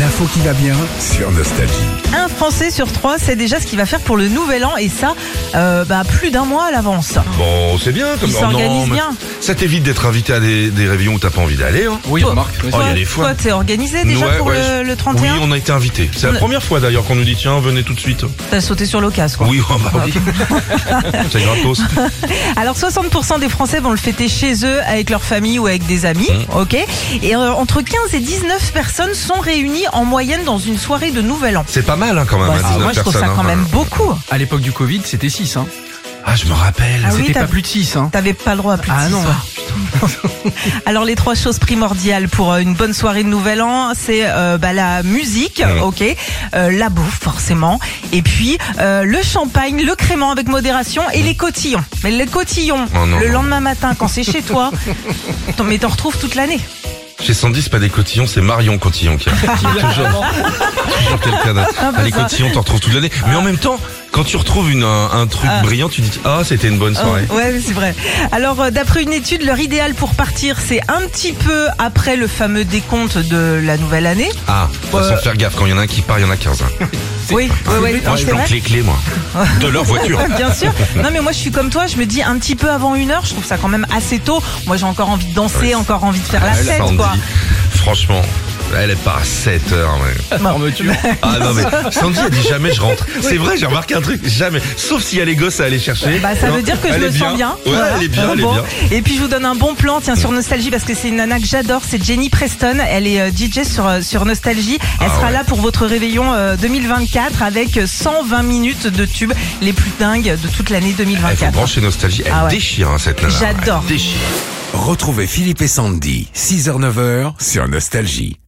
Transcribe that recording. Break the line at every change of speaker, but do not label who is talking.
L'info qui va bien sur Nostalgie.
Un Français sur trois sait déjà ce qu'il va faire pour le nouvel an et ça, euh, bah, plus d'un mois à l'avance.
Bon, c'est bien comme
Ils
Oh non,
s'organisent
mais
bien.
Ça t'évite d'être invité à des, des réveillons où t'as pas envie d'aller. Hein.
Oui,
Toi-
remarque. oui,
Oh,
toi,
il y a des fois.
toi, t'es organisé déjà
Ouais,
pour
ouais,
le,
je-
le
Oui,
31
on a été invité. C'est
On
la
a-
première fois d'ailleurs qu'on nous dit tiens, venez tout de suite.
T'as sauté sur l'occasion quoi.
Oui, oh, bah oui. c'est gratos.
Alors 60% des Français vont le fêter chez eux, avec leur famille ou avec des amis,
Mmh.
ok Et euh, entre 15 et 19 personnes sont réunies en moyenne dans une soirée de nouvel an.
C'est pas mal hein, quand même.
Bah,
hein,
c'est-
19
moi je trouve ça
personnes,
quand
hein.
même beaucoup.
À l'époque du Covid, c'était 6. Hein.
Ah, je me rappelle.
Ah oui,
c'était
t'as-
pas plus de 6. Hein.
T'avais pas le droit à plus de
Ah
six,
non.
ouais. Alors les trois choses primordiales pour euh, une bonne soirée de Nouvel An, c'est euh, bah, la musique,
Ouais.
ok, euh, la bouffe forcément, et puis euh, le champagne, le crément avec modération et les cotillons. Mais les cotillons,
Oh non,
le
non.
lendemain matin quand c'est chez toi, t'en- mais t'en retrouves toute l'année.
Chez Sandy, c'est pas des cotillons, c'est Marion Cotillon qui a. qui est toujours toujours quelqu'un d'autre.
Un peu
Ah, les
bah ça.
cotillons, t'en retrouves toute l'année. Mais en même temps, quand tu retrouves une, un, un truc
Ah.
brillant, tu dis ah, c'était une bonne soirée.
Oh, ouais, mais c'est vrai. Alors, euh, d'après une étude, leur idéal pour partir, c'est un petit peu après le fameux décompte de la nouvelle année.
Ah, faut
Euh.
sans faire gaffe, quand il y en a un qui part, il y en a 15. hein.
Oui, oui, oui,
Moi, je
Ah, c'est vrai.
planque les clés, moi. De leur voiture.
Bien sûr. Non, mais moi, je suis comme toi. Je me dis un petit peu avant une heure. Je trouve ça quand même assez tôt. Moi, j'ai encore envie de danser,
Ouais.
encore envie de faire la
Elle,
fête,
Sandy,
quoi.
Franchement, elle est pas à 7 heures. mais-
Fermeture.
Ah non, mais Sandy, elle dit jamais je rentre. C'est vrai, j'ai remarqué un truc, jamais. Sauf si elle est gosse à aller chercher.
Bah, ça
Non,
veut dire que je
elle
me
est
sens bien.
Ouais,
Voilà.
elle est bien, elle est
Bon.
bien.
Et puis je vous donne un bon plan, tiens, sur Nostalgie, parce que c'est une nana que j'adore, c'est Jenny Preston. Elle est euh, DJ sur, euh, sur Nostalgie. Elle
Ah
sera
ouais.
là pour votre réveillon euh, 2024 avec 120 minutes de tubes les plus dingues de toute l'année
Elle faut
2024.
brancher Nostalgie. Elle
Ah ouais.
déchire, hein, cette nana.
J'adore.
Elle déchire.
Retrouvez Philippe et Sandy, 6h-9h sur Nostalgie.